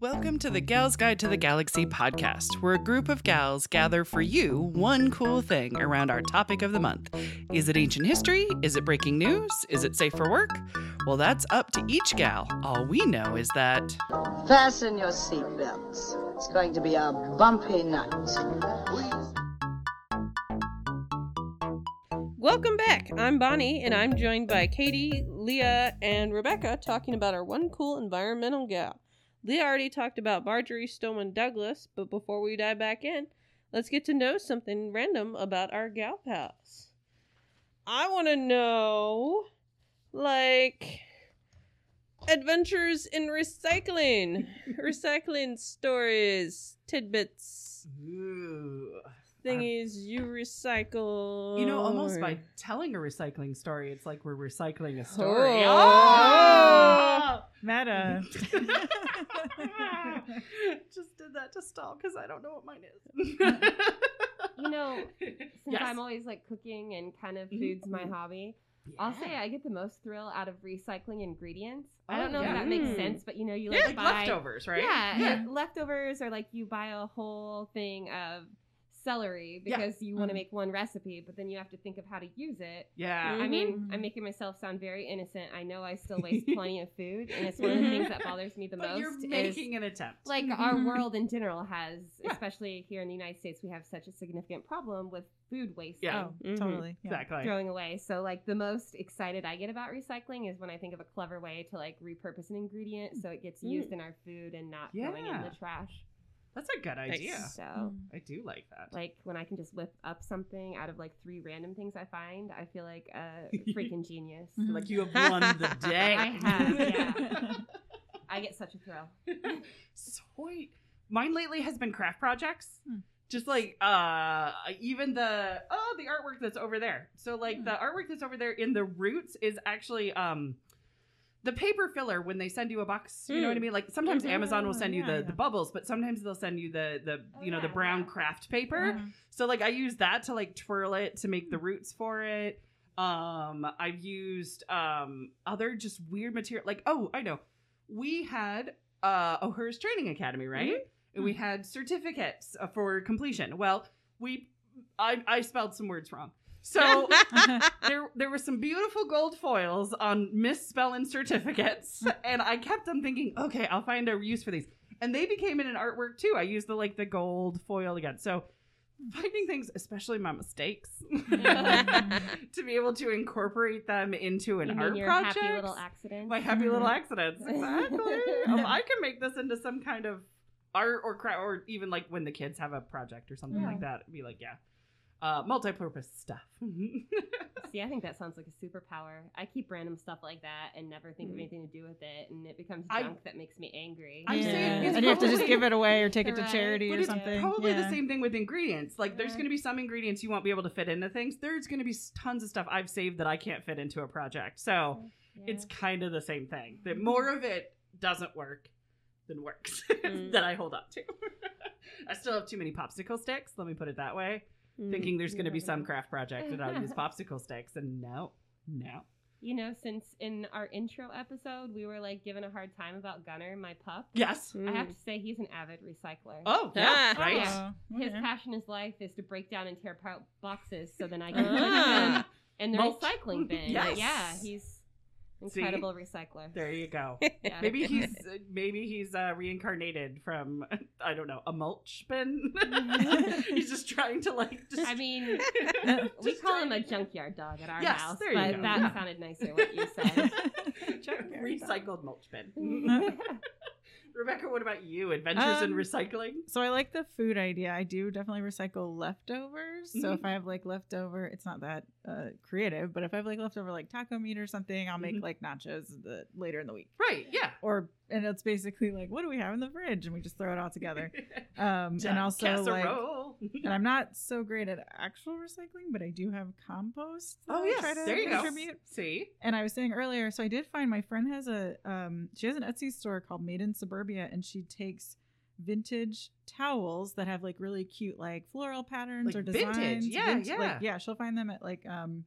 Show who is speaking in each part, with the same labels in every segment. Speaker 1: Welcome to the Gals Guide to the Galaxy podcast, where a group of gals gather for you one cool thing around our topic of the month. Is it ancient history? Is it breaking news? Is it safe for work? Well, that's up to each gal. All we know is that.
Speaker 2: Fasten your seatbelts. It's going to be a bumpy
Speaker 3: Oh,
Speaker 2: night.
Speaker 4: Welcome back. I'm Bonnie, and I'm joined by Katie, Leah, and Rebecca talking about our one cool environmental gal. Leah already talked about Marjorie Stoneman Douglas, but before we dive back in, let's get to know something random about our gal pals. I want to know, like, adventures in recycling, recycling stories, tidbits, thingies you recycle.
Speaker 5: You know, almost
Speaker 4: or-
Speaker 5: by telling a recycling story, it's like we're recycling a story. Ah!
Speaker 4: Oh.
Speaker 3: Meta.
Speaker 5: Just did that to stall because I don't know what mine is.
Speaker 6: You know, since
Speaker 5: Yes.
Speaker 6: I'm always like cooking and kind
Speaker 5: Mm-hmm.
Speaker 6: of food's my hobby, I'll say I get the most thrill out of recycling ingredients. I
Speaker 5: Oh,
Speaker 6: don't know
Speaker 5: yeah.
Speaker 6: if that makes
Speaker 4: Mm.
Speaker 6: sense, but you know, you like
Speaker 1: Yeah, like
Speaker 6: buy
Speaker 1: leftovers, right?
Speaker 6: Yeah,
Speaker 5: Yeah.
Speaker 6: like leftovers or like you buy a whole thing of celery
Speaker 5: Yeah. Mm-hmm.
Speaker 6: because you want to
Speaker 3: Mhm.
Speaker 6: make one recipe, but then you have to think of how to use it.
Speaker 5: yeah.
Speaker 6: I mean,
Speaker 3: Mhm.
Speaker 6: I'm making myself sound very innocent. I know I still waste plenty of food, and it's one of the
Speaker 4: Mhm.
Speaker 6: things that bothers me the
Speaker 5: But
Speaker 6: most.
Speaker 5: you're
Speaker 6: is
Speaker 5: making an attempt.
Speaker 6: like our
Speaker 3: Mhm.
Speaker 6: world in general has,
Speaker 5: Mm-hmm. Yeah.
Speaker 6: especially here in the United States, we have such a significant problem with food waste.
Speaker 5: Yeah.
Speaker 3: Oh, totally. Yeah.
Speaker 5: Mm-hmm. exactly.
Speaker 6: Throwing away. So, like, the most excited I get about recycling is when I think of a clever way to like repurpose an ingredient so it gets used in our food and not going in
Speaker 5: Mm. Yeah. Hmm.
Speaker 6: the trash.
Speaker 5: That's a good idea.
Speaker 4: Nice.
Speaker 6: So,
Speaker 3: Oh.
Speaker 5: I do like that.
Speaker 6: like, when I can just whip up something out of like three random things I find, I feel like a freaking genius.
Speaker 3: Mhm.
Speaker 5: Like you have won the day.
Speaker 6: mm-hmm. I have, yeah. I get such a thrill.
Speaker 5: Sweet. Mine lately has been craft projects.
Speaker 3: Hmm.
Speaker 5: Just like uh even the oh the artwork that's over there. So like
Speaker 3: Hmm.
Speaker 5: the artwork that's over there in the roots is actually um the paper filler when they send you a box, you know what I mean? Like sometimes
Speaker 3: Mhm.
Speaker 5: Amazon will send you
Speaker 3: Yeah,
Speaker 5: the,
Speaker 3: yeah.
Speaker 5: the bubbles, but sometimes they'll send you the the
Speaker 6: Oh,
Speaker 5: you know the
Speaker 6: yeah,
Speaker 5: brown
Speaker 6: yeah.
Speaker 5: craft paper. So like I use that to like twirl it to make the roots for it. Um I've used um other just weird material like oh, I know. We had uh O'Hurst Training Academy, right?
Speaker 6: Hmm.
Speaker 5: And we had certificates uh, for completion. Well, we I I spelled some words wrong. So there there were some beautiful gold foils on misspelling
Speaker 6: Hmm.
Speaker 5: certificates and I kept on thinking, okay, I'll find a use for these. And they became in an artwork too. I used the like the gold foil again. So finding things, especially my mistakes, to be able to incorporate them into an
Speaker 6: you
Speaker 5: art
Speaker 6: mean your
Speaker 5: project.
Speaker 6: happy little accident?
Speaker 5: my happy
Speaker 6: Mm-hmm.
Speaker 5: little accidents. Exactly. um, I can make this into some kind of art or cra or even like when the kids have a project or something
Speaker 6: Yeah.
Speaker 5: like that. Be like, yeah. Uh, multi-purpose stuff.
Speaker 6: See, I think that sounds like a superpower. I keep random stuff like that and never think of anything to do with it, and it becomes
Speaker 5: I-
Speaker 6: junk that makes me angry.
Speaker 5: I'm saying it's
Speaker 3: and you have to just
Speaker 5: probably-
Speaker 3: give it away or take it to
Speaker 6: Right.
Speaker 3: charity
Speaker 5: But
Speaker 3: or
Speaker 5: it's
Speaker 3: something.
Speaker 5: Probably
Speaker 3: yeah.
Speaker 5: the same thing with ingredients. Like, there's
Speaker 6: Yeah.
Speaker 5: going to be some ingredients you won't be able to fit into things. There's going to be s- tons of stuff I've saved that I can't fit into a project. So
Speaker 6: Yeah.
Speaker 5: it's kind of the same thing. That more of it doesn't work than works
Speaker 4: Mm.
Speaker 5: that I hold up to. I still have too many popsicle sticks. Let me put it that way. Thinking there's
Speaker 6: you
Speaker 5: going to be
Speaker 6: never
Speaker 5: some
Speaker 6: know.
Speaker 5: craft project that I'll use popsicle sticks, and no, no.
Speaker 6: you know, since in our intro episode we were like given a hard time about Gunner, my pup.
Speaker 5: Yes.
Speaker 4: Mm-hmm.
Speaker 6: I have to say he's an avid recycler.
Speaker 5: Oh, yeah,
Speaker 4: Ah.
Speaker 5: right.
Speaker 3: Oh,
Speaker 6: His
Speaker 3: okay.
Speaker 6: passion in life is to break down and tear apart boxes so then I can put them
Speaker 4: Ah.
Speaker 6: in the
Speaker 5: Mulch.
Speaker 6: recycling bin.
Speaker 5: Yes.
Speaker 6: Yeah, he's
Speaker 5: See?
Speaker 6: incredible recycler.
Speaker 5: There you go.
Speaker 6: Yeah.
Speaker 5: Maybe he's uh, maybe he's uh, reincarnated from I don't know a mulch bin. he's just trying to like. Just,
Speaker 6: Mm-hmm. I mean, uh, we
Speaker 5: just
Speaker 6: call
Speaker 5: trying
Speaker 6: him a
Speaker 5: to-
Speaker 6: junkyard dog at our
Speaker 5: Yes,
Speaker 6: house,
Speaker 5: there you
Speaker 6: but
Speaker 5: go.
Speaker 6: that
Speaker 5: Yeah.
Speaker 6: sounded nicer what you said.
Speaker 5: recycled mulch
Speaker 6: Mm-hmm.
Speaker 5: bin. Mm-hmm.
Speaker 3: Mhm.
Speaker 5: Rebecca, what about you? Adventures in
Speaker 3: Um,
Speaker 5: recycling?
Speaker 3: So I like the food idea. I do definitely recycle leftovers. So
Speaker 5: Mm-hmm.
Speaker 3: if I have like leftover, it's not that uh, creative, but if I have like leftover like taco meat or something, I'll make
Speaker 5: Mhm.
Speaker 3: like nachos the, later in the week.
Speaker 5: Right. Yeah.
Speaker 3: Or and it's basically like, what do we have in the fridge? And we just throw it all together. Um,
Speaker 5: Done.
Speaker 3: and also like
Speaker 5: casserole.
Speaker 3: and I'm not so great at actual recycling, but I do have compost. that
Speaker 5: oh
Speaker 3: I try
Speaker 5: yes,
Speaker 3: to
Speaker 5: there you go.
Speaker 3: contribute.
Speaker 5: See,
Speaker 3: And I was saying earlier, so I did find my friend has a um, she has an Etsy store called Made in Suburbia, and she takes vintage towels that have like really cute like floral patterns
Speaker 5: Like
Speaker 3: or
Speaker 5: vintage,
Speaker 3: designs.
Speaker 5: yeah,
Speaker 3: Vin-
Speaker 5: yeah.
Speaker 3: Like, yeah, she'll find them at like um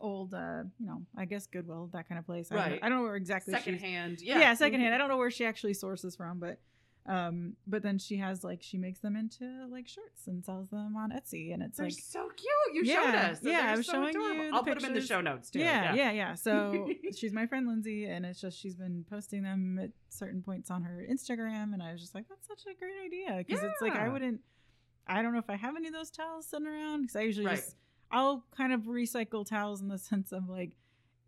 Speaker 3: old, uh, you know, I guess Goodwill, that kind of place. I, don't,
Speaker 5: Right.
Speaker 3: know, I don't know where exactly she's-
Speaker 5: secondhand.
Speaker 3: Yeah,
Speaker 5: Yeah. Mm-hmm.
Speaker 3: secondhand. I don't know where she actually sources from, but um, but then she has like she makes them into like shirts and sells them on Etsy, and it's
Speaker 5: They're
Speaker 3: like
Speaker 5: so cute. You showed
Speaker 3: Yeah,
Speaker 5: us.
Speaker 3: yeah,
Speaker 5: They're
Speaker 3: I was
Speaker 5: so
Speaker 3: showing you
Speaker 5: adorable.
Speaker 3: the
Speaker 5: I'll put them in the
Speaker 3: pictures.
Speaker 5: show notes too.
Speaker 3: yeah, yeah, yeah. So she's my friend Lindsay, and it's just she's been posting them at certain points on her Instagram, and I was just like, that's such a great idea because it's like I
Speaker 5: Yeah.
Speaker 3: wouldn't, I don't know if I have any of those towels sitting around because I usually
Speaker 5: Right.
Speaker 3: just I'll kind of recycle towels in the sense of like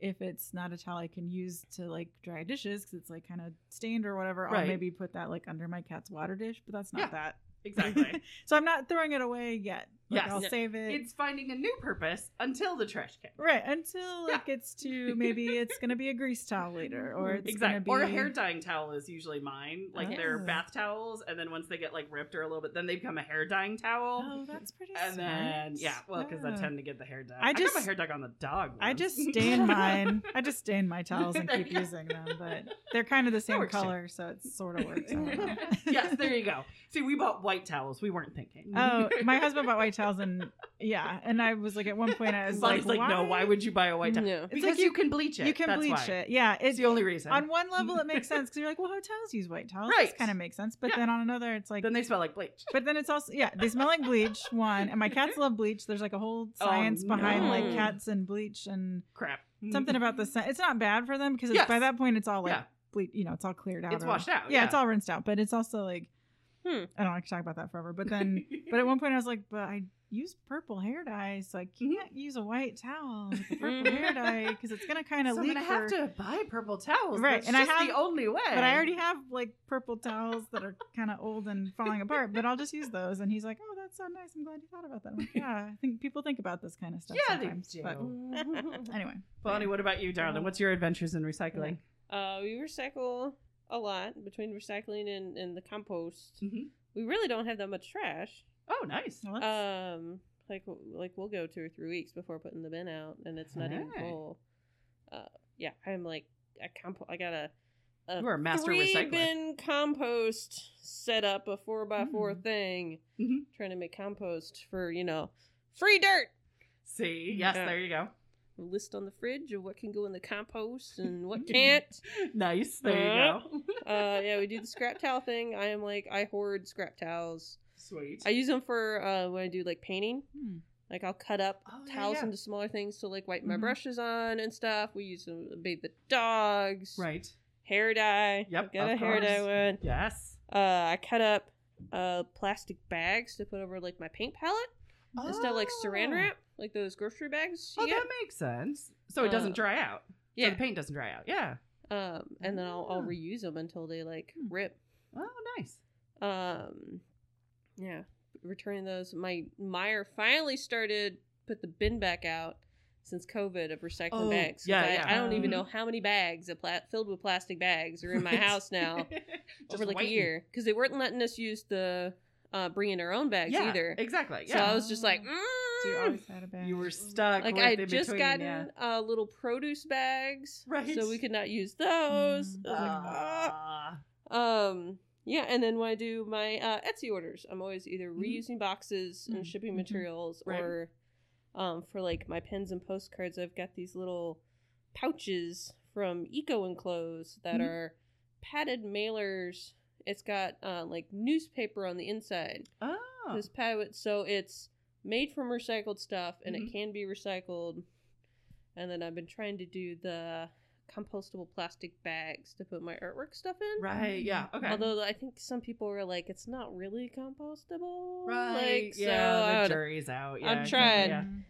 Speaker 3: if it's not a towel I can use to like dry dishes because it's like kind of stained or whatever, I'll
Speaker 5: Right.
Speaker 3: maybe put that like under my cat's water dish, but that's not
Speaker 5: Yeah.
Speaker 3: that.
Speaker 5: Exactly.
Speaker 3: so I'm not throwing it away yet. Like,
Speaker 5: Yes.
Speaker 3: I'll
Speaker 5: No.
Speaker 3: save it.
Speaker 5: it's finding a new purpose until the trash can.
Speaker 3: Right until
Speaker 5: Yeah.
Speaker 3: it gets to maybe it's gonna be a grease towel later, or it's
Speaker 5: exactly.
Speaker 3: gonna be
Speaker 5: Or a hair dyeing towel is usually mine. Like they're
Speaker 3: Oh.
Speaker 5: bath towels, and then once they get like ripped or a little bit, then they become a hair dyeing towel.
Speaker 3: Oh, that's pretty.
Speaker 5: and then
Speaker 3: smart.
Speaker 5: yeah, well, because I
Speaker 3: Yeah.
Speaker 5: tend to get the hair dye.
Speaker 3: I
Speaker 5: I just
Speaker 3: just-
Speaker 5: got my hair dye on the dog.
Speaker 3: I
Speaker 5: once.
Speaker 3: just stain mine. I just stain my towels and
Speaker 5: There
Speaker 3: keep
Speaker 5: you go.
Speaker 3: using them, but they're kind of the same
Speaker 5: works too.
Speaker 3: color, so it sort of works. I don't know.
Speaker 5: yes, there you go. See, we bought white towels. We weren't thinking.
Speaker 3: Oh, my husband bought white towels, and yeah, and I was like, at one point, I was
Speaker 5: Bonnie's
Speaker 3: like,
Speaker 5: like, no, why would you buy a white towel?
Speaker 4: No. It's
Speaker 5: Because
Speaker 3: like
Speaker 5: you,
Speaker 3: you-
Speaker 5: can bleach it.
Speaker 3: you can
Speaker 5: That's
Speaker 3: bleach
Speaker 5: why.
Speaker 3: it? Yeah,
Speaker 5: It's
Speaker 3: it's
Speaker 5: the only reason.
Speaker 3: on one level it makes sense because you're like, well, hotels use white towels,
Speaker 5: Right.
Speaker 3: This kind of makes sense, but
Speaker 5: Yeah.
Speaker 3: then on another, it's like,
Speaker 5: then they smell like bleach.
Speaker 3: But then it's also yeah, they smell like bleach. One and my cats love bleach. There's like a whole
Speaker 5: Oh,
Speaker 3: science behind like
Speaker 4: no.
Speaker 3: cats and bleach and
Speaker 5: Crap.
Speaker 3: something about the scent. It's not bad for them because it's,
Speaker 5: Yes.
Speaker 3: by that point it's all like
Speaker 5: Yeah.
Speaker 3: bleach. You know, it's all cleared out.
Speaker 5: It's
Speaker 3: or-
Speaker 5: washed out.
Speaker 3: Yeah, it's all rinsed out. But it's also like
Speaker 4: Hmm.
Speaker 3: I don't like to talk about that forever. But then, but at one point I was like, but I use purple hair dye, so I
Speaker 5: Mm-hmm.
Speaker 3: can't use a white towel with the purple hair dye because it's gonna kind of
Speaker 5: so I'm
Speaker 3: leak.
Speaker 5: gonna have
Speaker 3: for-
Speaker 5: to buy purple towels.
Speaker 3: Right,
Speaker 5: That's
Speaker 3: and I
Speaker 5: just the
Speaker 3: have-
Speaker 5: only way.
Speaker 3: but I already have like purple towels that are kind of old and falling apart, but I'll just use those. And he's like, oh, that's so nice. I'm glad you thought about that. I'm like, yeah, I think people think about this kind of stuff.
Speaker 5: Yeah, they
Speaker 3: sometimes,
Speaker 5: do.
Speaker 3: But anyway,
Speaker 5: Bonnie, what about you,
Speaker 3: Uh-huh.
Speaker 5: darling? What's your adventures in recycling?
Speaker 4: Uh, we recycle a lot between recycling and, and the compost.
Speaker 5: Mhm.
Speaker 4: We really don't have that much trash.
Speaker 5: Oh, nice.
Speaker 3: well, that's-
Speaker 4: Um, like like we'll go two or three weeks before putting the bin out, and it's not even
Speaker 5: Hey.
Speaker 4: full. Uh, yeah, I'm like a compo. I got a, a
Speaker 5: You are a master
Speaker 4: three
Speaker 5: recycler.
Speaker 4: bin compost set up a four by four
Speaker 5: Mm-hmm.
Speaker 3: Mm.
Speaker 4: thing,
Speaker 5: Mhm.
Speaker 4: trying to make compost for you know free dirt.
Speaker 5: See, yes,
Speaker 4: Yeah.
Speaker 5: there you go.
Speaker 4: A list on the fridge of what can go in the compost and what can't.
Speaker 5: Nice, there you
Speaker 3: Uh-huh.
Speaker 5: go.
Speaker 4: uh, yeah, we do the scrap towel thing. I am like I hoard scrap towels.
Speaker 5: Sweet.
Speaker 4: I use them for uh, when I do like painting.
Speaker 3: Hmm.
Speaker 4: Like I'll cut up
Speaker 5: Oh, yeah,
Speaker 4: towels
Speaker 5: yeah. Mm-hmm.
Speaker 4: into smaller things to like wipe my
Speaker 3: Mhm.
Speaker 4: brushes on and stuff. We use them to bathe the dogs.
Speaker 5: right.
Speaker 4: Hair dye.
Speaker 5: Yep,
Speaker 4: I've got
Speaker 5: of
Speaker 4: a hair dye
Speaker 5: course.
Speaker 4: one.
Speaker 5: Yes.
Speaker 4: Uh, I cut up uh plastic bags to put over like my paint palette instead of like saran
Speaker 5: Oh.
Speaker 4: wrap, like those grocery bags.
Speaker 5: Oh,
Speaker 4: you get.
Speaker 5: that makes sense. So it doesn't
Speaker 4: Uh,
Speaker 5: dry out. So
Speaker 4: yeah.
Speaker 5: the paint doesn't dry out. Yeah.
Speaker 4: Um, and then I'll, I'll
Speaker 5: Ah.
Speaker 4: reuse them until they like
Speaker 3: Hmm.
Speaker 4: rip.
Speaker 5: Oh, nice.
Speaker 4: Um, yeah, returning those. My Meyer finally started put the bin back out since COVID of recycling
Speaker 5: Oh,
Speaker 4: bags. 'cause
Speaker 5: yeah,
Speaker 4: I,
Speaker 5: yeah. Mm-hmm.
Speaker 4: I don't even
Speaker 3: Mhm.
Speaker 4: know how many bags of pla- filled with plastic bags are in my
Speaker 5: Right.
Speaker 4: house now
Speaker 5: Just
Speaker 4: over like
Speaker 5: waiting.
Speaker 4: a year because they weren't letting us use the uh, bring in our own bags
Speaker 5: Yeah,
Speaker 4: either.
Speaker 5: Exactly.
Speaker 4: So I
Speaker 5: Yeah.
Speaker 4: was just like,
Speaker 3: so you
Speaker 4: mm.
Speaker 3: always had a bag.
Speaker 5: you were stuck.
Speaker 4: like
Speaker 5: with
Speaker 4: I
Speaker 5: in
Speaker 4: had just
Speaker 5: between,
Speaker 4: gotten
Speaker 5: yeah.
Speaker 4: uh, little produce bags,
Speaker 5: Right. Mm-hmm.
Speaker 4: So we could not use those.
Speaker 3: Mhm.
Speaker 4: I was like, "Ah."
Speaker 5: Ah.
Speaker 4: Um, yeah, and then when I do my uh, Etsy orders, I'm always either
Speaker 5: Mhm.
Speaker 4: reusing boxes and
Speaker 3: Mm,
Speaker 4: shipping
Speaker 3: mhm.
Speaker 4: materials,
Speaker 5: Right.
Speaker 4: or um, for like my pens and postcards, I've got these little pouches from Eco Enclose that
Speaker 5: Mhm.
Speaker 4: are padded mailers. It's got uh, like newspaper on the inside.
Speaker 5: Oh.
Speaker 4: This pad, so it's made from recycled stuff, and
Speaker 5: Mhm.
Speaker 4: it can be recycled. And then I've been trying to do the compostable plastic bags to put my artwork stuff in.
Speaker 5: Right. Yeah. Okay.
Speaker 4: mm, Although I think some people were like, it's not really compostable.
Speaker 5: right.
Speaker 4: Like, so I
Speaker 5: yeah.
Speaker 4: don't-
Speaker 5: the jury's out. Yeah,
Speaker 4: I'm
Speaker 5: exactly,
Speaker 4: trying.
Speaker 5: yeah.
Speaker 3: Mm-hmm.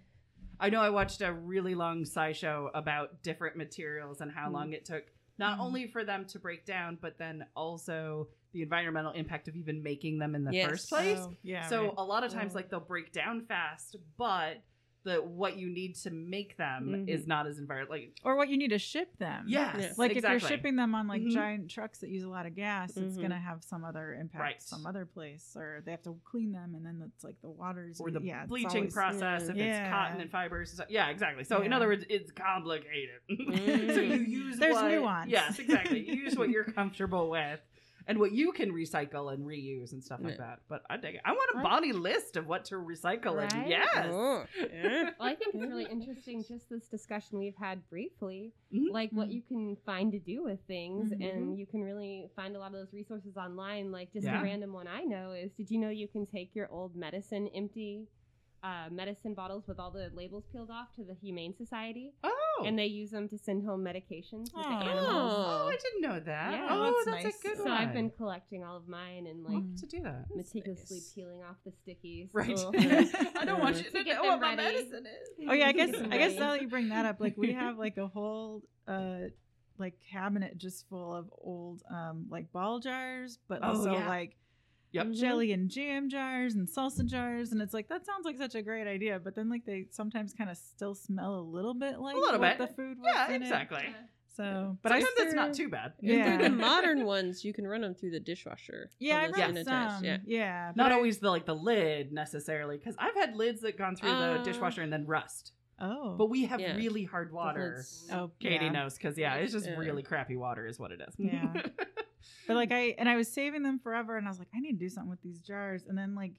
Speaker 5: I know I watched a really long SciShow about different materials and how
Speaker 4: Mm.
Speaker 5: long it took, not
Speaker 3: Mm.
Speaker 5: only for them to break down, but then also the environmental impact of even making them in the
Speaker 4: Yes.
Speaker 5: first place.
Speaker 3: Oh, yeah.
Speaker 5: so
Speaker 3: right. Mm-hmm.
Speaker 5: a lot of times,
Speaker 4: Yeah.
Speaker 5: like they'll break down fast, but the what you need to make them
Speaker 3: Mm-hmm.
Speaker 5: is not as environmental. Like,
Speaker 3: or what you need to ship them.
Speaker 5: yes,
Speaker 4: Yeah.
Speaker 3: Like if
Speaker 5: exactly.
Speaker 3: you're shipping them on like
Speaker 5: Mhm.
Speaker 3: giant trucks that use a lot of gas, it's
Speaker 4: Mhm.
Speaker 3: gonna have some other impact
Speaker 5: Right.
Speaker 3: some other place, or they have to clean them, and then it's like the waters
Speaker 5: or the
Speaker 3: yeah, it's
Speaker 5: bleaching
Speaker 3: always-
Speaker 5: process if it's
Speaker 3: Yeah.
Speaker 5: cotton and fibers. and so- Yeah, exactly. So in
Speaker 3: Yeah. Mm-hmm.
Speaker 5: other words, it's complicated. so
Speaker 4: Mm.
Speaker 5: you use
Speaker 3: There's
Speaker 5: what,
Speaker 3: nuance.
Speaker 5: Yes, exactly. You use what you're comfortable with, and what you can recycle and reuse and stuff like that. But I dig it. I want a
Speaker 6: Right.
Speaker 5: Bonnie list of what to recycle
Speaker 6: Right?
Speaker 5: and yes.
Speaker 4: Oh, yeah.
Speaker 6: Well, I think it's really interesting just this discussion we've had briefly,
Speaker 5: Mhm.
Speaker 6: like what
Speaker 3: Mhm.
Speaker 6: you can find to do with things,
Speaker 5: Mhm.
Speaker 6: and you can really find a lot of those resources online. Like just
Speaker 5: Yeah.
Speaker 6: a random one I know is: Did you know you can take your old medicine empty? Uh, medicine bottles with all the labels peeled off to the Humane Society,
Speaker 5: Oh.
Speaker 6: and they use them to send home medications. With the
Speaker 3: Aw.
Speaker 6: animals.
Speaker 5: oh, I didn't know that.
Speaker 6: Yeah.
Speaker 5: Oh, that's,
Speaker 3: That's nice.
Speaker 5: a good
Speaker 6: So
Speaker 5: one.
Speaker 6: I've been collecting all of mine and like
Speaker 5: I'll
Speaker 3: Mm-hmm.
Speaker 5: have to do that.
Speaker 6: meticulously
Speaker 3: nice.
Speaker 6: peeling off the stickies. Oh.
Speaker 5: Right.
Speaker 6: Ugh.
Speaker 5: I don't want you
Speaker 6: To
Speaker 5: to
Speaker 6: get
Speaker 5: know what
Speaker 6: them
Speaker 5: my
Speaker 6: ready.
Speaker 5: medicine is.
Speaker 3: Oh yeah, I guess
Speaker 6: Get them
Speaker 3: I guess
Speaker 6: ready.
Speaker 3: now that you bring that up, like we have like a whole uh like cabinet just full of old um like ball jars, but
Speaker 5: Oh,
Speaker 3: also
Speaker 5: yeah.
Speaker 3: like
Speaker 5: Yep.
Speaker 6: Mhm.
Speaker 3: jelly and jam jars and salsa jars and it's like that sounds like such a great idea, but then like they sometimes kind of still smell a little bit like
Speaker 5: little
Speaker 3: what
Speaker 5: bit.
Speaker 3: the food was
Speaker 5: Yeah,
Speaker 6: Uh,
Speaker 3: in it.
Speaker 5: exactly.
Speaker 3: So, but
Speaker 5: But I
Speaker 3: I
Speaker 5: think that's not
Speaker 3: still-
Speaker 5: too bad.
Speaker 4: And
Speaker 3: Yeah.
Speaker 4: they're the modern ones, you can run them through the dishwasher.
Speaker 3: Yeah,
Speaker 4: All
Speaker 3: I
Speaker 4: those
Speaker 3: read
Speaker 4: sanitized,
Speaker 3: some.
Speaker 4: Yeah.
Speaker 3: Yeah, yeah but
Speaker 5: Not
Speaker 3: I-
Speaker 5: always the like the lid necessarily, because I've had lids that gone through
Speaker 4: Uh,
Speaker 5: the dishwasher and then rust.
Speaker 3: Oh,
Speaker 5: But we have
Speaker 4: yeah.
Speaker 5: really hard water.
Speaker 4: lids.
Speaker 3: oh,
Speaker 5: Katie
Speaker 3: yeah.
Speaker 5: knows, because yeah, it's just
Speaker 4: Yeah.
Speaker 5: really crappy water is what it is.
Speaker 3: Yeah. But
Speaker 5: Mm.
Speaker 3: like I and I was saving them forever, and I was like, I need to do something with these jars. And then like,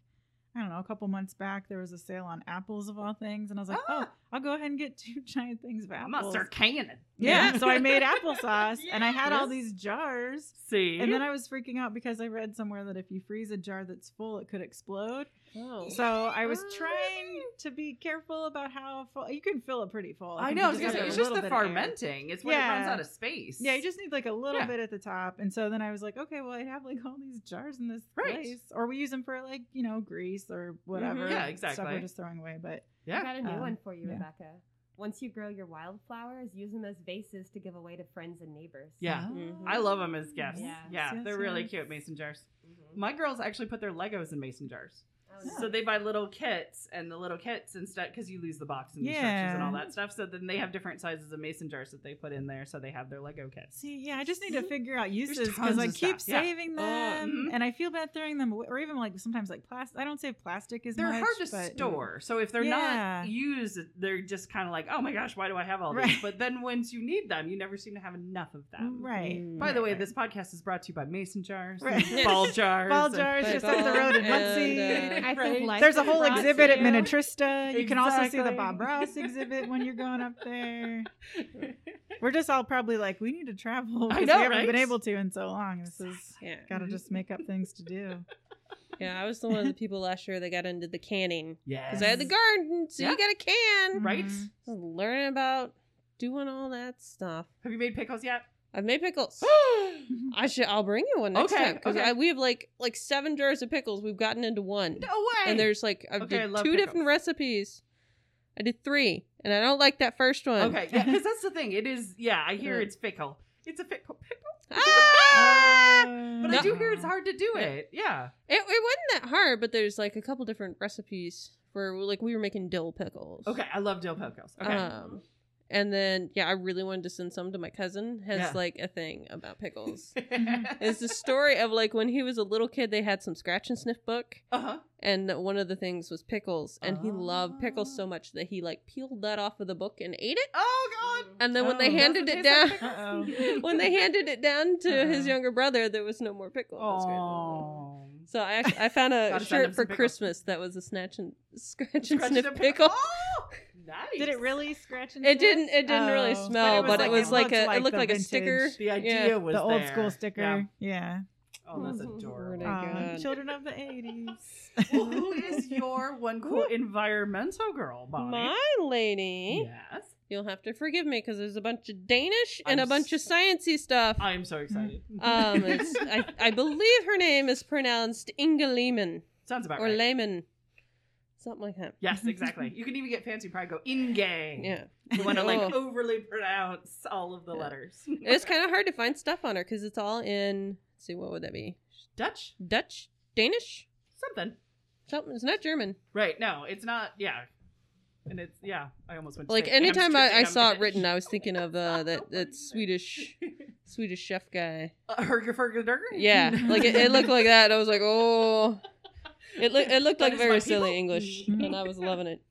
Speaker 3: I don't know, a couple months back, there was a sale on apples of all things, and I was like, oh,
Speaker 5: Ah.
Speaker 3: I'll go ahead and get two giant things of
Speaker 5: I'm
Speaker 3: Ah, apples.
Speaker 5: a Sir Cannon.
Speaker 3: Yeah. so I made applesauce, and I had all
Speaker 5: Yes.
Speaker 3: these jars.
Speaker 5: See,
Speaker 3: And then I was freaking out because I read somewhere that if you freeze a jar that's full, it could explode.
Speaker 4: Oh.
Speaker 3: So I was
Speaker 5: Oh,
Speaker 3: trying to be careful about how full. You can fill it pretty full.
Speaker 5: I
Speaker 3: think
Speaker 5: know. I
Speaker 3: you
Speaker 5: was gonna
Speaker 3: have
Speaker 5: say
Speaker 3: a
Speaker 5: it's just
Speaker 3: little
Speaker 5: the
Speaker 3: bit of air.
Speaker 5: fermenting. It's when it
Speaker 3: Yeah.
Speaker 5: runs out of space.
Speaker 3: Yeah, you just need like a little
Speaker 5: Yeah.
Speaker 3: bit at the top. And so then I was like, okay, well, I'd have like all these jars in this
Speaker 5: Right. Mm-hmm.
Speaker 3: place. Or we use them for like, you know, grease or whatever.
Speaker 5: Yeah,
Speaker 3: Stuff
Speaker 5: exactly.
Speaker 3: we're just throwing away. But
Speaker 6: I
Speaker 5: yeah.
Speaker 6: got a new
Speaker 3: Um,
Speaker 6: one for you,
Speaker 3: yeah.
Speaker 6: Rebecca. Once you grow your wildflowers, use them as vases to give away to friends and neighbors.
Speaker 5: Yeah.
Speaker 4: Mhm.
Speaker 5: I love them as gifts. Yeah,
Speaker 6: Yes,
Speaker 3: yes,
Speaker 5: they're really
Speaker 3: yes.
Speaker 5: cute mason jars.
Speaker 6: Mhm.
Speaker 5: My girls actually put their Legos in mason jars.
Speaker 6: Oh, no.
Speaker 5: So they buy little kits, and the little kits instead because you lose the box and the instructions and all that stuff. So then they have different sizes of mason jars that they put in there, so they have their Lego kits.
Speaker 3: see, yeah, I just need to figure out uses
Speaker 5: tons
Speaker 3: because I
Speaker 5: of
Speaker 3: keep
Speaker 5: stuff, yeah.
Speaker 3: saving
Speaker 5: Oh,
Speaker 3: them
Speaker 5: mhm.
Speaker 3: and I feel bad throwing them away. Or even like sometimes like plastic. I don't save plastic as
Speaker 5: They're
Speaker 3: much.
Speaker 5: hard to
Speaker 3: but-
Speaker 5: store, so if they're
Speaker 3: Yeah.
Speaker 5: not used, they're just kind of like, oh my gosh, why do I have all these?
Speaker 3: Right.
Speaker 5: But then once you need them, you never seem to have enough of them.
Speaker 3: Right.
Speaker 4: Mm.
Speaker 5: By the way, this podcast is brought to you by mason jars,
Speaker 3: Right.
Speaker 5: and ball jars,
Speaker 3: Ball
Speaker 5: and-
Speaker 3: jars
Speaker 4: But
Speaker 3: just up the
Speaker 4: ball
Speaker 3: road in
Speaker 5: uh,
Speaker 4: and,
Speaker 3: Muncie.
Speaker 6: I
Speaker 5: Right.
Speaker 6: think life
Speaker 3: There's a whole
Speaker 6: brought
Speaker 3: exhibit at
Speaker 6: you-
Speaker 3: Minnetrista. You can also see the
Speaker 5: Exactly.
Speaker 3: Bob Ross exhibit when you're going up there. We're just all probably like, we need to travel
Speaker 5: I
Speaker 3: because we
Speaker 5: know,
Speaker 3: haven't
Speaker 5: right?
Speaker 3: been able to in so long. This is
Speaker 4: Yeah.
Speaker 3: gotta just make up things to do.
Speaker 4: Yeah, I was the one of the people last year that got into the canning. Because
Speaker 5: Yes.
Speaker 4: I had the garden, so
Speaker 5: Yeah.
Speaker 4: you got a can.
Speaker 5: Right?
Speaker 3: Mhm.
Speaker 4: Just learning about doing all that stuff.
Speaker 5: Have you made pickles yet?
Speaker 4: I've made pickles. I should. I'll bring you one next
Speaker 5: Okay,
Speaker 4: time because
Speaker 5: okay.
Speaker 4: we have like like seven jars of pickles. We've gotten into one,
Speaker 5: No way.
Speaker 4: and there's like I
Speaker 5: Okay, I
Speaker 4: did two
Speaker 5: love
Speaker 4: different
Speaker 5: pickles.
Speaker 4: recipes. I did three, and I don't like that first one.
Speaker 5: okay, yeah, because that's the thing. It is. Yeah, I hear
Speaker 4: Yeah.
Speaker 5: it's fickle. It's a fickle pickle,
Speaker 4: Ah!
Speaker 5: but I
Speaker 4: No.
Speaker 5: do hear
Speaker 3: Uh,
Speaker 5: it's hard to do it. Yeah.
Speaker 4: It, it wasn't that hard, but there's like a couple different recipes for like we were making dill pickles.
Speaker 5: Okay, I love dill pickles. Okay.
Speaker 4: Um, and then yeah, I really wanted to send some to my cousin. Has
Speaker 5: Yeah.
Speaker 4: like a thing about pickles. it's the story of like when he was a little kid, they had some scratch and sniff book,
Speaker 5: uh-huh.
Speaker 4: and one of the things was pickles, and he loved pickles so
Speaker 5: Oh.
Speaker 4: much that he like peeled that off of the book and ate it.
Speaker 5: Oh God.
Speaker 4: And then when Uh, they
Speaker 3: Oh,
Speaker 4: handed it
Speaker 5: Doesn't
Speaker 4: down,
Speaker 5: taste like
Speaker 3: down-
Speaker 5: pickles.
Speaker 4: when they handed it down to his
Speaker 5: Uh-huh.
Speaker 3: Uh-uh.
Speaker 4: younger brother, there was no more pickles. It was great.
Speaker 5: Oh.
Speaker 4: So I actually, I found a
Speaker 5: Gotta send him
Speaker 4: shirt for
Speaker 5: some pickles.
Speaker 4: Christmas that was a snatch and scratch and
Speaker 5: Scratch
Speaker 4: sniff
Speaker 5: the
Speaker 4: pickle.
Speaker 5: Oh, nice.
Speaker 3: Did it really scratch and
Speaker 4: It didn't.
Speaker 3: sniff?
Speaker 4: It didn't really
Speaker 3: Oh.
Speaker 4: smell, but it was like,
Speaker 3: looked
Speaker 4: a. It looked
Speaker 3: the
Speaker 4: like a
Speaker 3: vintage-
Speaker 4: sticker.
Speaker 5: The idea
Speaker 4: Yeah.
Speaker 5: was
Speaker 3: the old
Speaker 5: there.
Speaker 3: school sticker. Yeah.
Speaker 5: Yeah. Oh, that's
Speaker 4: Oh,
Speaker 5: adorable.
Speaker 3: Aw,
Speaker 4: God.
Speaker 3: children of the 80s.
Speaker 5: well, who is your one cool environmental girl, Bonnie?
Speaker 4: My lady,
Speaker 5: Yes.
Speaker 4: you'll have to forgive me because there's a bunch of Danish and
Speaker 5: I'm
Speaker 4: a bunch of sciencey stuff.
Speaker 5: I am so excited.
Speaker 4: um, it's, I, I believe her name is pronounced Inga Lehman
Speaker 5: Sounds about
Speaker 4: or
Speaker 5: right.
Speaker 4: Lehman, something like that.
Speaker 5: Yes, exactly. You can even get fancy pride go in gay.
Speaker 4: Yeah,
Speaker 5: You want to like
Speaker 4: Oh.
Speaker 5: overly pronounce all of the
Speaker 4: Yeah.
Speaker 5: letters.
Speaker 4: it's kind of hard to find stuff on her because it's all in. Let's see, what would that be?
Speaker 5: Dutch,
Speaker 4: Dutch, Danish,
Speaker 5: something.
Speaker 4: something. It's not German.
Speaker 5: Right? No, it's not. Yeah, and it's yeah. I almost went to
Speaker 4: Like
Speaker 5: say
Speaker 4: anytime I, I
Speaker 5: Amsterdam.
Speaker 4: saw it written, I was thinking of uh, that
Speaker 5: What do you
Speaker 4: that Swedish Swedish chef guy.
Speaker 5: Uh, Herger Ferger Durger?
Speaker 4: Yeah, like it, it looked like that. and I was like, oh, it looked it looked
Speaker 5: That
Speaker 4: like
Speaker 5: is my
Speaker 4: very
Speaker 5: people.
Speaker 4: silly English, and I was loving it.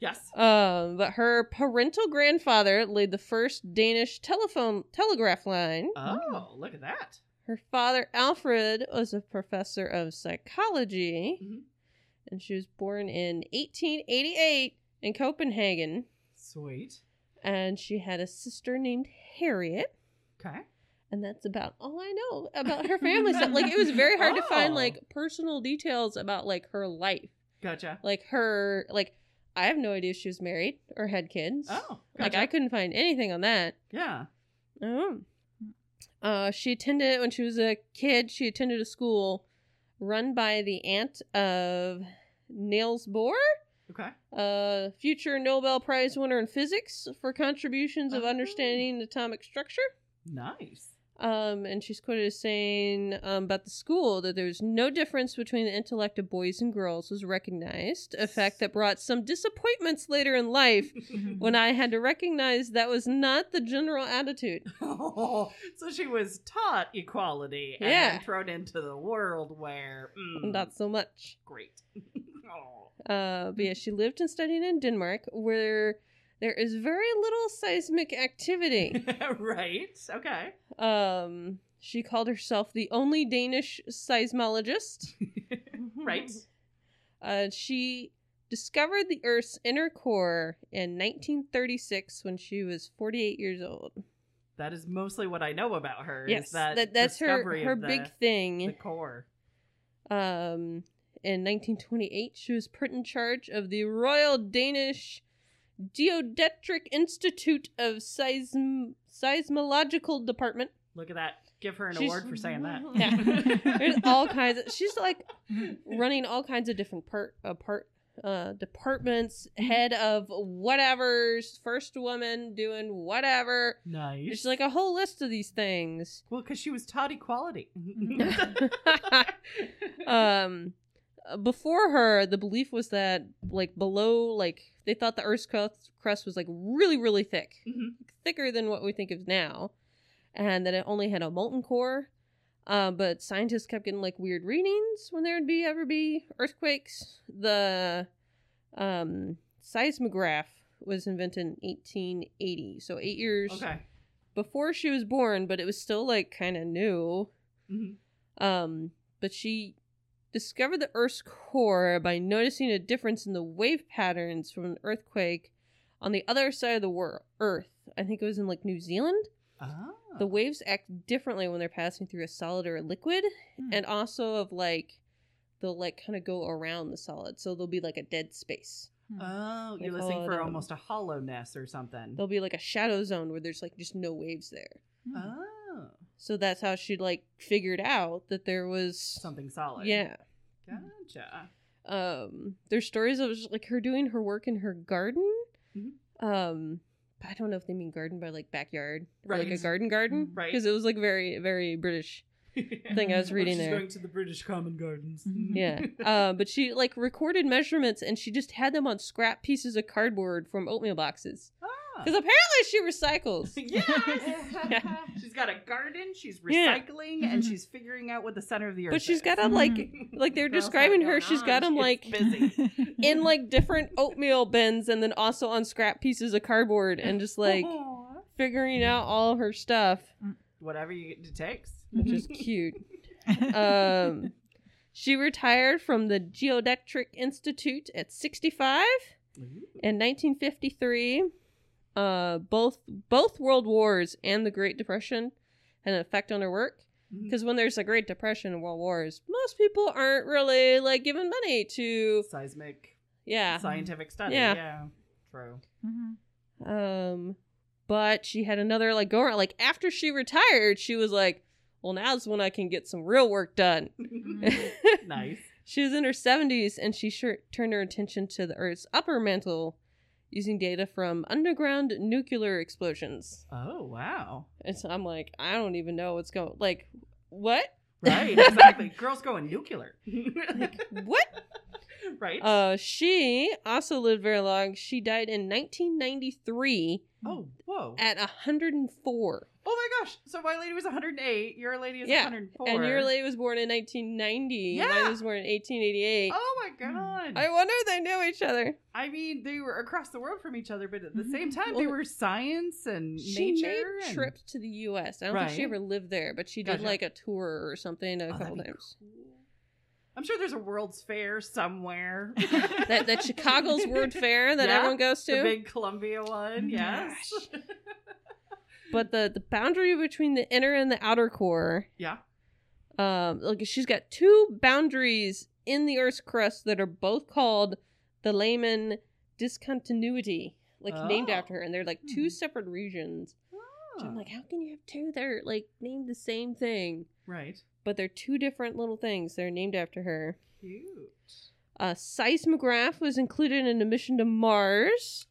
Speaker 5: Yes.
Speaker 4: Um, but her parental grandfather laid the first Danish telephone telegraph line.
Speaker 5: Oh, look at that.
Speaker 4: Her father, Alfred, was a professor of psychology,
Speaker 5: Mhm.
Speaker 4: and she was born in 1888 in Copenhagen.
Speaker 5: Sweet.
Speaker 4: And she had a sister named Harriet,
Speaker 5: Okay.
Speaker 4: and that's about all I know about her family stuff. Like, it was very hard to find
Speaker 5: Oh.
Speaker 4: like personal details about like her life,
Speaker 5: Gotcha.
Speaker 4: like her like. I have no idea if she was married or had kids.
Speaker 5: Oh,
Speaker 4: like
Speaker 5: gotcha.
Speaker 4: I couldn't find anything on that.
Speaker 5: Yeah.
Speaker 4: Oh. Uh, she attended when she was a kid. She attended a school run by the aunt of Niels Bohr,
Speaker 5: Okay.
Speaker 4: a future Nobel Prize winner in physics for contributions of
Speaker 5: Oh.
Speaker 4: understanding atomic structure.
Speaker 5: Nice.
Speaker 4: Um, and she's quoted as saying um, about the school that there was no difference between the intellect of boys and girls was recognized, a fact that brought some disappointments later in life
Speaker 3: Mm-hmm.
Speaker 4: when I had to recognize that was not the general attitude.
Speaker 5: Oh, so she was taught equality and
Speaker 4: Yeah.
Speaker 5: thrown into the world where mm,
Speaker 4: Not so much.
Speaker 5: great. oh,
Speaker 4: Uh, but yeah, she lived and studied in Denmark, where there is very little seismic activity.
Speaker 5: right. Okay.
Speaker 4: um, she called herself the only Danish seismologist.
Speaker 5: Right.
Speaker 4: Uh, she discovered the Earth's inner core in 1936 when she was 48 years old.
Speaker 5: That is mostly what I know about her. is
Speaker 4: yes,
Speaker 5: that,
Speaker 4: that, that's her
Speaker 5: discovery
Speaker 4: her
Speaker 5: of the,
Speaker 4: big thing.
Speaker 5: the core.
Speaker 4: Um, in 1928, she was put in charge of the Royal Danish Geodetic Institute of Seism- Seismological Department.
Speaker 5: Look at that. Give her an
Speaker 4: She's-
Speaker 5: award for saying that.
Speaker 4: There's all kinds. Of, she's like running all kinds of different part, uh, part, uh, departments. Head of whatever's first woman doing whatever.
Speaker 5: nice.
Speaker 4: She's like a whole list of these things.
Speaker 5: well, because she was taught equality.
Speaker 4: um before her the belief was that like below like they thought the earth's crust, crust was like really really thick
Speaker 5: Mhm.
Speaker 4: thicker than what we think of now and that it only had a molten core uh, but scientists kept getting like weird readings when there would be ever be earthquakes the um seismograph was invented in 1880 so eight years
Speaker 5: okay.
Speaker 4: before she was born but it was still like kind of new
Speaker 5: Mhm.
Speaker 4: um, but she discovered the Earth's core by noticing a difference in the wave patterns from an earthquake on the other side of the wor- Earth. I think it was in like New Zealand.
Speaker 5: Ah.
Speaker 4: The waves act differently when they're passing through a solid or a liquid,
Speaker 3: Hmm.
Speaker 4: and also of like they'll like kind of go around the solid, so there'll be like a dead space.
Speaker 5: oh,
Speaker 4: Mm-hmm. They
Speaker 5: you're
Speaker 4: call
Speaker 5: listening
Speaker 4: it,
Speaker 5: for
Speaker 4: um,
Speaker 5: almost a hollowness or something.
Speaker 4: There'll be like a shadow zone where there's like just no waves there.
Speaker 5: Oh,
Speaker 4: So that's how she like figured out that there was
Speaker 5: something solid.
Speaker 4: Yeah.
Speaker 5: Gotcha.
Speaker 4: um there's stories of like her doing her work in her garden
Speaker 5: Mhm.
Speaker 4: um but i don't know if they mean garden by like backyard or like a
Speaker 5: Right. Mm-hmm.
Speaker 4: garden garden
Speaker 5: Right. Oh,
Speaker 4: because it was like very very british thing i was reading
Speaker 5: She's
Speaker 4: there
Speaker 5: going to the British Common Gardens.
Speaker 3: Mhm.
Speaker 4: yeah uh, but she like recorded measurements and she just had them on scrap pieces of cardboard from oatmeal boxes
Speaker 5: Ah.
Speaker 4: because apparently she recycles
Speaker 5: yes.
Speaker 4: Yeah.
Speaker 5: She's got a garden. She's
Speaker 4: Yeah. Mm-hmm.
Speaker 5: recycling, and she's figuring out what the center of the earth.
Speaker 4: but she's
Speaker 5: is.
Speaker 4: got them
Speaker 5: Mm-hmm.
Speaker 4: like like they're
Speaker 6: Girl's
Speaker 4: describing
Speaker 6: got it
Speaker 4: her
Speaker 6: going
Speaker 4: she's got
Speaker 6: on.
Speaker 4: them like
Speaker 5: busy.
Speaker 4: in like different oatmeal bins and then also on scrap pieces of cardboard and just like
Speaker 5: Aw.
Speaker 4: figuring out all of her stuff,
Speaker 5: whatever you, it takes.
Speaker 4: which is cute. Um, she retired from the Geodetic Institute at 65 in 1953. Uh, both both world wars and the Great Depression had an effect on her work because when there's a Great Depression and world wars, most people aren't really like giving money to
Speaker 5: Seismic
Speaker 4: yeah.
Speaker 5: scientific study.
Speaker 4: Yeah.
Speaker 5: Yeah. True.
Speaker 3: Mm-hmm.
Speaker 4: Um, but she had another like go around. Like after she retired, she was like, "Well, now's when I can get some real work done." Mm-hmm.
Speaker 5: nice.
Speaker 4: She was in her 70s and she sure turned her attention to the Earth's upper mantle using data from underground nuclear explosions.
Speaker 5: Oh wow.
Speaker 4: And so I'm like, I don't even know what's going like what?
Speaker 5: Right. Exactly. Girls going nuclear.
Speaker 4: What?
Speaker 5: right?
Speaker 4: Uh, she also lived very long. She died in 1993
Speaker 5: oh, whoa.
Speaker 4: at 104.
Speaker 5: oh my gosh. So my lady was 108. Your lady is
Speaker 4: Yeah,
Speaker 5: 104.
Speaker 4: And your lady was born in 1990. and
Speaker 5: Yeah.
Speaker 4: I was born in 1888.
Speaker 5: Oh my god.
Speaker 4: Hmm. I wonder if they knew each other.
Speaker 5: I mean, they were across the world from each other, but at the
Speaker 3: Mhm.
Speaker 5: same time, they
Speaker 4: Well,
Speaker 5: were science and
Speaker 4: She
Speaker 5: nature.
Speaker 4: made
Speaker 5: and-
Speaker 4: trips to the U.S. I don't think she
Speaker 5: Right.
Speaker 4: ever lived there, but she did
Speaker 5: Gotcha.
Speaker 4: like a tour or something
Speaker 5: Oh,
Speaker 4: a
Speaker 5: that'd
Speaker 4: couple
Speaker 5: be
Speaker 4: times.
Speaker 5: I'm sure there's a World's Fair somewhere.
Speaker 4: That that Chicago's World Oh Fair that
Speaker 5: Yeah,
Speaker 4: everyone goes to.
Speaker 5: the big Columbia one. Yes.
Speaker 4: but the the boundary between the inner and the outer core
Speaker 5: yeah.
Speaker 4: um like she's got two boundaries in the earth's crust that are both called the layman discontinuity like named
Speaker 5: Oh.
Speaker 4: after her and they're like two
Speaker 3: Hmm.
Speaker 4: separate regions so i'm
Speaker 5: Ah,
Speaker 4: like how can you have two that are like named the same thing
Speaker 5: right.
Speaker 4: but they're two different little things they're named after her
Speaker 5: Cute.
Speaker 4: a seismograph was included in a mission to mars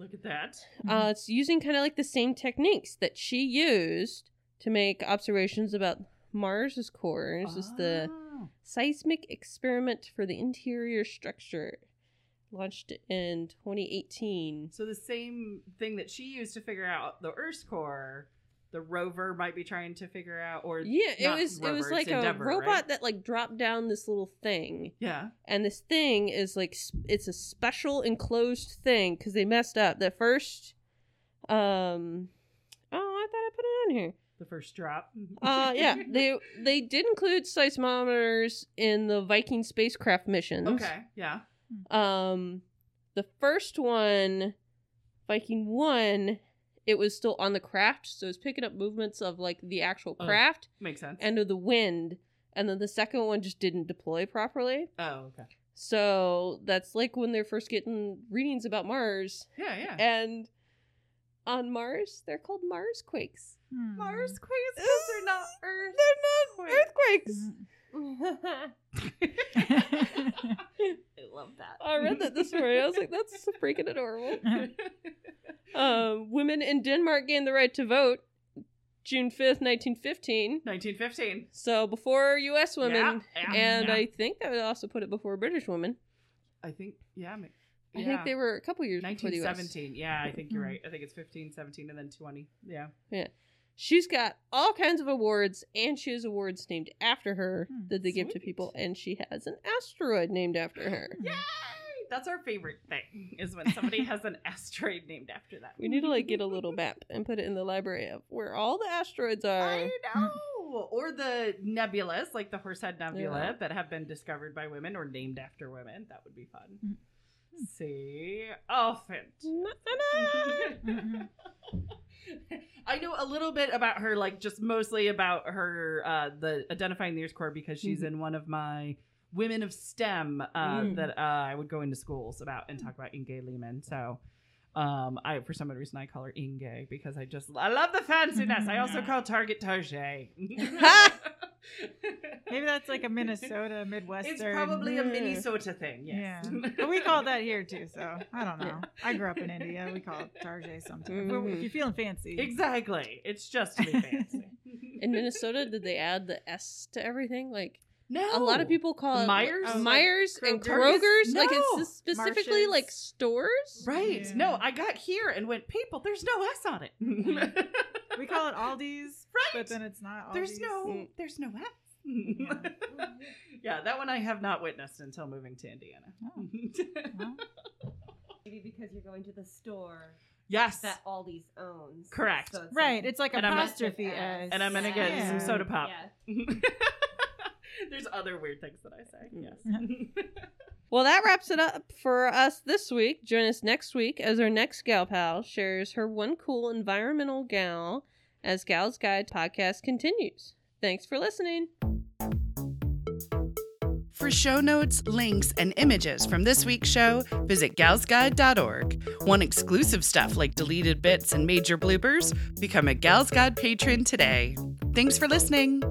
Speaker 5: Look at that.
Speaker 4: Uh, it's using kind of like the same techniques that she used to make observations about Mars's core. This is the
Speaker 5: Ah.
Speaker 4: seismic experiment for the interior structure, launched in 2018.
Speaker 5: So the same thing that she used to figure out the Earth's core, the rover might be trying to figure out, or
Speaker 4: Yeah, it
Speaker 5: not
Speaker 4: was it
Speaker 5: rover,
Speaker 4: was
Speaker 5: it's
Speaker 4: like a
Speaker 5: Endeavor,
Speaker 4: robot
Speaker 5: right?
Speaker 4: that like dropped down this little thing,
Speaker 5: yeah,
Speaker 4: and this thing is like sp- it's a special enclosed thing because they messed up. The first, um, oh, I thought I put it on here.
Speaker 5: the first drop.
Speaker 4: Uh, yeah, they they did include seismometers in the Viking spacecraft missions.
Speaker 5: okay, yeah,
Speaker 4: Um, the first one, Viking One, it was still on the craft, so it's picking up movements of like the actual
Speaker 5: Oh.
Speaker 4: craft
Speaker 5: makes sense.
Speaker 4: and of the wind, and then the second one just didn't deploy properly.
Speaker 5: oh, okay,
Speaker 4: So that's like when they're first getting readings about Mars,
Speaker 5: yeah, yeah.
Speaker 4: and on Mars they're called Mars quakes.
Speaker 3: Hmm.
Speaker 5: Mars quakes 'cause they're not Earth.
Speaker 4: They're not earthquakes.
Speaker 5: I love that.
Speaker 4: I read that this morning. I was like, that's so freaking adorable. Um, women in Denmark gained the right to vote June 5th, 1915.
Speaker 5: 1915.
Speaker 4: So before U.S. women.
Speaker 5: Yeah, yeah,
Speaker 4: And
Speaker 5: yeah.
Speaker 4: I think that would also put it before British women.
Speaker 5: I think, yeah, ma-
Speaker 4: I
Speaker 5: yeah.
Speaker 4: think they were a couple years before the U.S.
Speaker 5: 1917. Yeah, I think you're
Speaker 4: Mm-hmm.
Speaker 5: right. I think it's 15, 17, and then 20. Yeah.
Speaker 4: She's got all kinds of awards, and she has awards named after her
Speaker 3: Hmm,
Speaker 4: that they give to
Speaker 5: sweet.
Speaker 4: people, and she has an asteroid named after her.
Speaker 5: Yay! That's our favorite thing is when somebody has an asteroid named after them.
Speaker 4: We need to like get a little map and put it in the library of where all the asteroids are.
Speaker 5: I know. Or the nebulas, like the Horsehead Nebula,
Speaker 4: Yeah.
Speaker 5: that have been discovered by women or named after women. That would be fun.
Speaker 3: Mm.
Speaker 5: See, elephant.
Speaker 3: Mhm.
Speaker 5: I know a little bit about her, like just mostly about her, uh, the identifying the Earth core because she's in one of my women of STEM uh,
Speaker 4: Mm.
Speaker 5: that uh, I would go into schools about and talk about Inge Lehman. So. Um, I for some odd reason I call her Inge because I just I love the fanciness. I also call Target Target.
Speaker 3: Maybe that's like a Minnesota Midwestern.
Speaker 5: It's probably a
Speaker 4: Yeah.
Speaker 5: Minnesota thing. Yes.
Speaker 3: Yeah. But we call it that here too, so I don't know. I grew up in India. We call it Tarjay sometimes. But
Speaker 4: Mhm.
Speaker 3: If you're feeling fancy.
Speaker 5: Exactly. It's just to be fancy.
Speaker 4: In Minnesota, did they add the S to everything? Like
Speaker 5: no.
Speaker 4: a lot of people call it
Speaker 5: Myers?
Speaker 4: uh, Myers and
Speaker 5: Kroger's?
Speaker 4: Kroger's. Like it's
Speaker 5: No.
Speaker 4: s- specifically
Speaker 3: Marshes.
Speaker 4: like stores.
Speaker 5: Right.
Speaker 3: Yeah.
Speaker 5: No, I got here and went, people, there's no S on it.
Speaker 3: We call it Aldi's,
Speaker 5: Right.
Speaker 3: but then it's not Aldi's.
Speaker 5: there's no
Speaker 4: Mm.
Speaker 5: there's no S.
Speaker 3: Yeah.
Speaker 5: yeah, that one I have not witnessed until moving to Indiana.
Speaker 3: Oh. Well,
Speaker 6: Maybe because you're going to the store
Speaker 5: yes.
Speaker 6: that Aldi's owns.
Speaker 5: Correct.
Speaker 6: So it's
Speaker 3: right.
Speaker 6: like-
Speaker 3: It's like
Speaker 5: And I'm gonna-
Speaker 3: apostrophe S.
Speaker 5: And I'm gonna get
Speaker 3: Yeah.
Speaker 5: some soda pop.
Speaker 6: Yeah.
Speaker 5: there's other weird things that I say. Yes.
Speaker 4: Well, that wraps it up for us this week. Join us next week as our next gal pal shares her one cool environmental gal as Gal's Guide podcast continues. Thanks for listening.
Speaker 1: For show notes, links, and images from this week's show, visit galsguide.org. Want exclusive stuff like deleted bits and major bloopers? Become a Gals Guide patron today. Thanks for listening.